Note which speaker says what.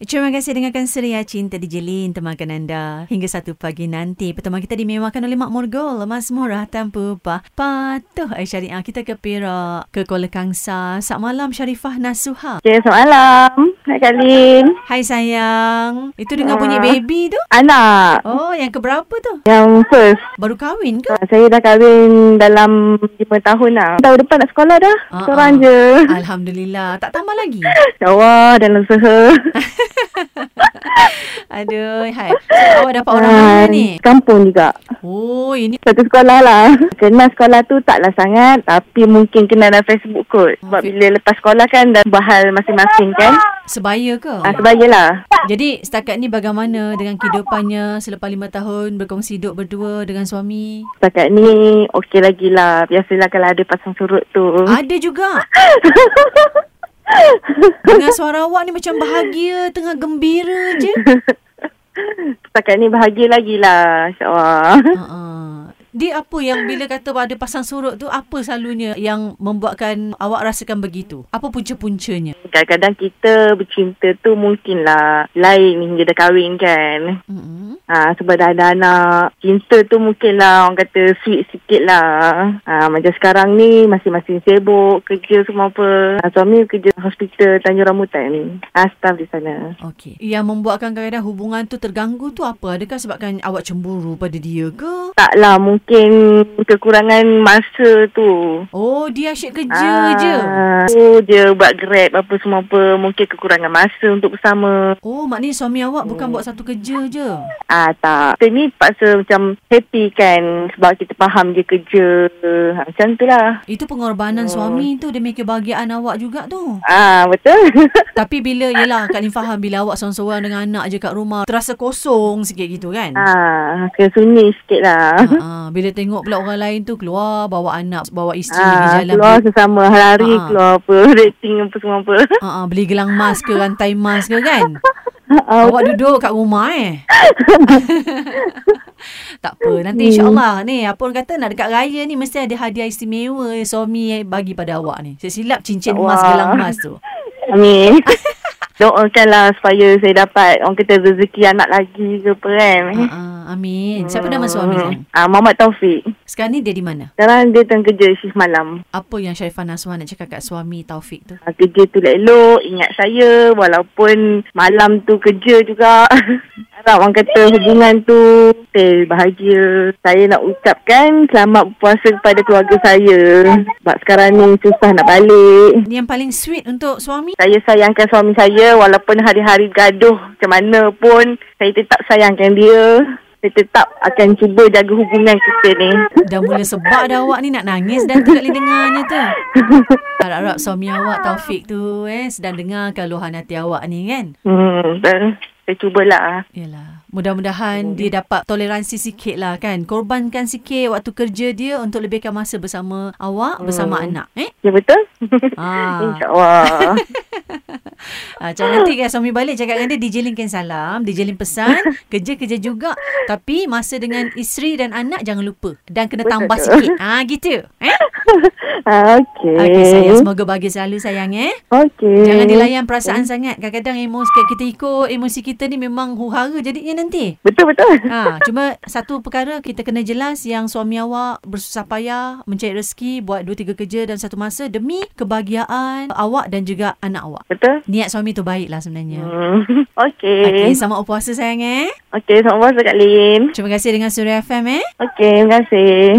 Speaker 1: Terima kasih dengarkan Suria Cinta di Jelin temankan anda hingga satu pagi nanti. Pertemuan kita dimewakan oleh Mak Morgol, Mas Murah Tampu Bah. Patuh eh, Syariah. Kita ke Perak, ke Kuala Kangsa. Sat malam Syarifah Nasuha.
Speaker 2: Okay, semalam. Hai Kak Lin.
Speaker 1: Hai sayang. Itu dengan bunyi
Speaker 2: Ah.
Speaker 1: baby tu?
Speaker 2: Anak.
Speaker 1: Oh, yang keberapa tu?
Speaker 2: Yang first.
Speaker 1: Baru kahwin ke?
Speaker 2: Ah, Saya dah kahwin dalam 5 tahun lah. Tahun depan nak sekolah dah.
Speaker 1: Ah,
Speaker 2: Seorang
Speaker 1: ah.
Speaker 2: je.
Speaker 1: Alhamdulillah. Tak tambah lagi?
Speaker 2: Jawa dalam usaha.
Speaker 1: Aduh, hai. So, awak dapat orang mana
Speaker 2: Ah,
Speaker 1: ni?
Speaker 2: Kampung juga.
Speaker 1: Oh, ini
Speaker 2: Satu sekolah lah. Kenal sekolah tu taklah sangat. Tapi mungkin kenal dalam Facebook kot. Sebab
Speaker 1: Okay.
Speaker 2: bila lepas sekolah kan dah bahal masing-masing kan.
Speaker 1: sebaya ke?
Speaker 2: Ah, sebagilah.
Speaker 1: Jadi setakat ni bagaimana dengan kehidupannya selepas lima tahun berkongsi hidup berdua dengan suami?
Speaker 2: Setakat ni okey lagi lah. Biasalah kalau ada pasang surut tu.
Speaker 1: Ada juga. Dengan suara awak ni macam bahagia, tengah gembira je.
Speaker 2: Setakat ni bahagia lagi lah. InsyaAllah.
Speaker 1: Uh-uh. Dia apa yang bila kata ada pasang surut tu, apa selalunya yang membuatkan awak rasakan begitu? Apa punca-puncanya?
Speaker 2: Kadang-kadang kita bercinta tu mungkinlah lain hingga dah kahwin kan.
Speaker 1: Mm-mm.
Speaker 2: Ha, sebab dah ada anak. Cinta tu mungkinlah orang kata sweet sikit lah. Ha, macam sekarang ni masing-masing sibuk, kerja semua apa. Ha, suami kerja hospital Tanjung Rambutan. Ha, staff di sana.
Speaker 1: Okey. Yang membuatkan kadang-kadang hubungan tu terganggu tu apa? Adakah sebabkan awak cemburu pada dia ke?
Speaker 2: Taklah lah, mungkin kekurangan masa tu. Ha,
Speaker 1: Oh, dia asyik kerja ah. je.
Speaker 2: Tu je buat grab apa semua apa. Mungkin kekurangan masa untuk bersama.
Speaker 1: Oh, maknanya suami awak bukan buat satu kerja je.
Speaker 2: Ah tak. Kita ni paksa macam happy kan sebab kita faham dia kerja. Ha, macam tu lah.
Speaker 1: Itu pengorbanan
Speaker 2: Oh.
Speaker 1: suami tu demi kebahagiaan awak juga tu.
Speaker 2: Ah betul.
Speaker 1: Tapi bila, yelah Kak Lin faham bila awak seorang-seorang dengan anak je kat rumah, terasa kosong sikit gitu kan?
Speaker 2: ah kena sunyi sikit lah.
Speaker 1: Ha, bila tengok pula orang lain tu keluar, bawa anak, bawa isteri pergi
Speaker 2: Ah,
Speaker 1: jalan.
Speaker 2: keluar
Speaker 1: beli-
Speaker 2: sesama hari-hari
Speaker 1: lah, Ah.
Speaker 2: keluar apa rating apa semua apa.
Speaker 1: Ha, ha, beli gelang emas ke, rantai emas ke kan?
Speaker 2: Ah,
Speaker 1: Awak duduk kat rumah eh. tak apa. Nanti insyaAllah ni. Apa orang kata nak dekat raya ni mesti ada hadiah istimewa suami bagi pada awak ni. Silap cincin emas,
Speaker 2: Wah.
Speaker 1: gelang emas tu.
Speaker 2: Amin. Doakanlah supaya saya dapat orang kata rezeki anak lagi ke apa kan.
Speaker 1: Uh, amin. Siapa nama suami kan?
Speaker 2: Ah, Muhammad Taufik.
Speaker 1: Sekarang ni dia di mana?
Speaker 2: Sekarang dia tengah kerja shift malam.
Speaker 1: Apa yang Syaifah Naswar nak cakap kat suami Taufik tu?
Speaker 2: Ah, kerja tu elok-elok, ingat saya walaupun malam tu kerja juga. Harap orang kata hubungan tu betul bahagia. Saya nak ucapkan selamat berpuasa kepada keluarga saya. Sebab sekarang ni susah nak balik.
Speaker 1: Yang paling sweet untuk suami?
Speaker 2: Saya sayangkan suami saya walaupun hari-hari gaduh macam mana pun. Saya tetap sayangkan dia. Saya tetap akan cuba jaga hubungan kita ni.
Speaker 1: Dah mula sebab dah awak ni nak nangis dan tak boleh dengarnya tu. Harap-harap suami awak Taufik tu eh sedang dengar keluhan hati awak ni kan?
Speaker 2: Hmm, betul. saya cubalah.
Speaker 1: Yalah, mudah-mudahan dia dapat toleransi sikit lah kan. Korbankan sikit waktu kerja dia untuk lebihkan masa bersama awak, bersama anak. Eh?
Speaker 2: Ya betul?
Speaker 1: Ah.
Speaker 2: InsyaAllah.
Speaker 1: Ah, macam nanti kan suami balik cakap dengan dia, DJ Lin kan salam, DJ Lin pesan, kerja-kerja juga. Tapi masa dengan isteri dan anak jangan lupa. Dan kena tambah sikit. Ah, gitu. Eh?
Speaker 2: Ah, Okey.
Speaker 1: Okay, sayang. Semoga bahagia selalu sayang eh.
Speaker 2: Okey.
Speaker 1: Jangan dilayan perasaan sangat. Kadang-kadang emosi kita ikut, emosi kita ni memang huhara jadinya nanti.
Speaker 2: Betul betul.
Speaker 1: Ha, cuma satu perkara kita kena jelas yang suami awak bersusah payah mencari rezeki buat dua tiga kerja dalam satu masa demi kebahagiaan awak dan juga anak awak.
Speaker 2: Betul?
Speaker 1: Niat suami tu baiklah sebenarnya.
Speaker 2: Hmm.
Speaker 1: Okey,
Speaker 2: Okey.
Speaker 1: selamat berpuasa sayang eh.
Speaker 2: Okey, sama-sama Kak Lin.
Speaker 1: Terima kasih dengan Suria FM eh.
Speaker 2: Okey, terima kasih.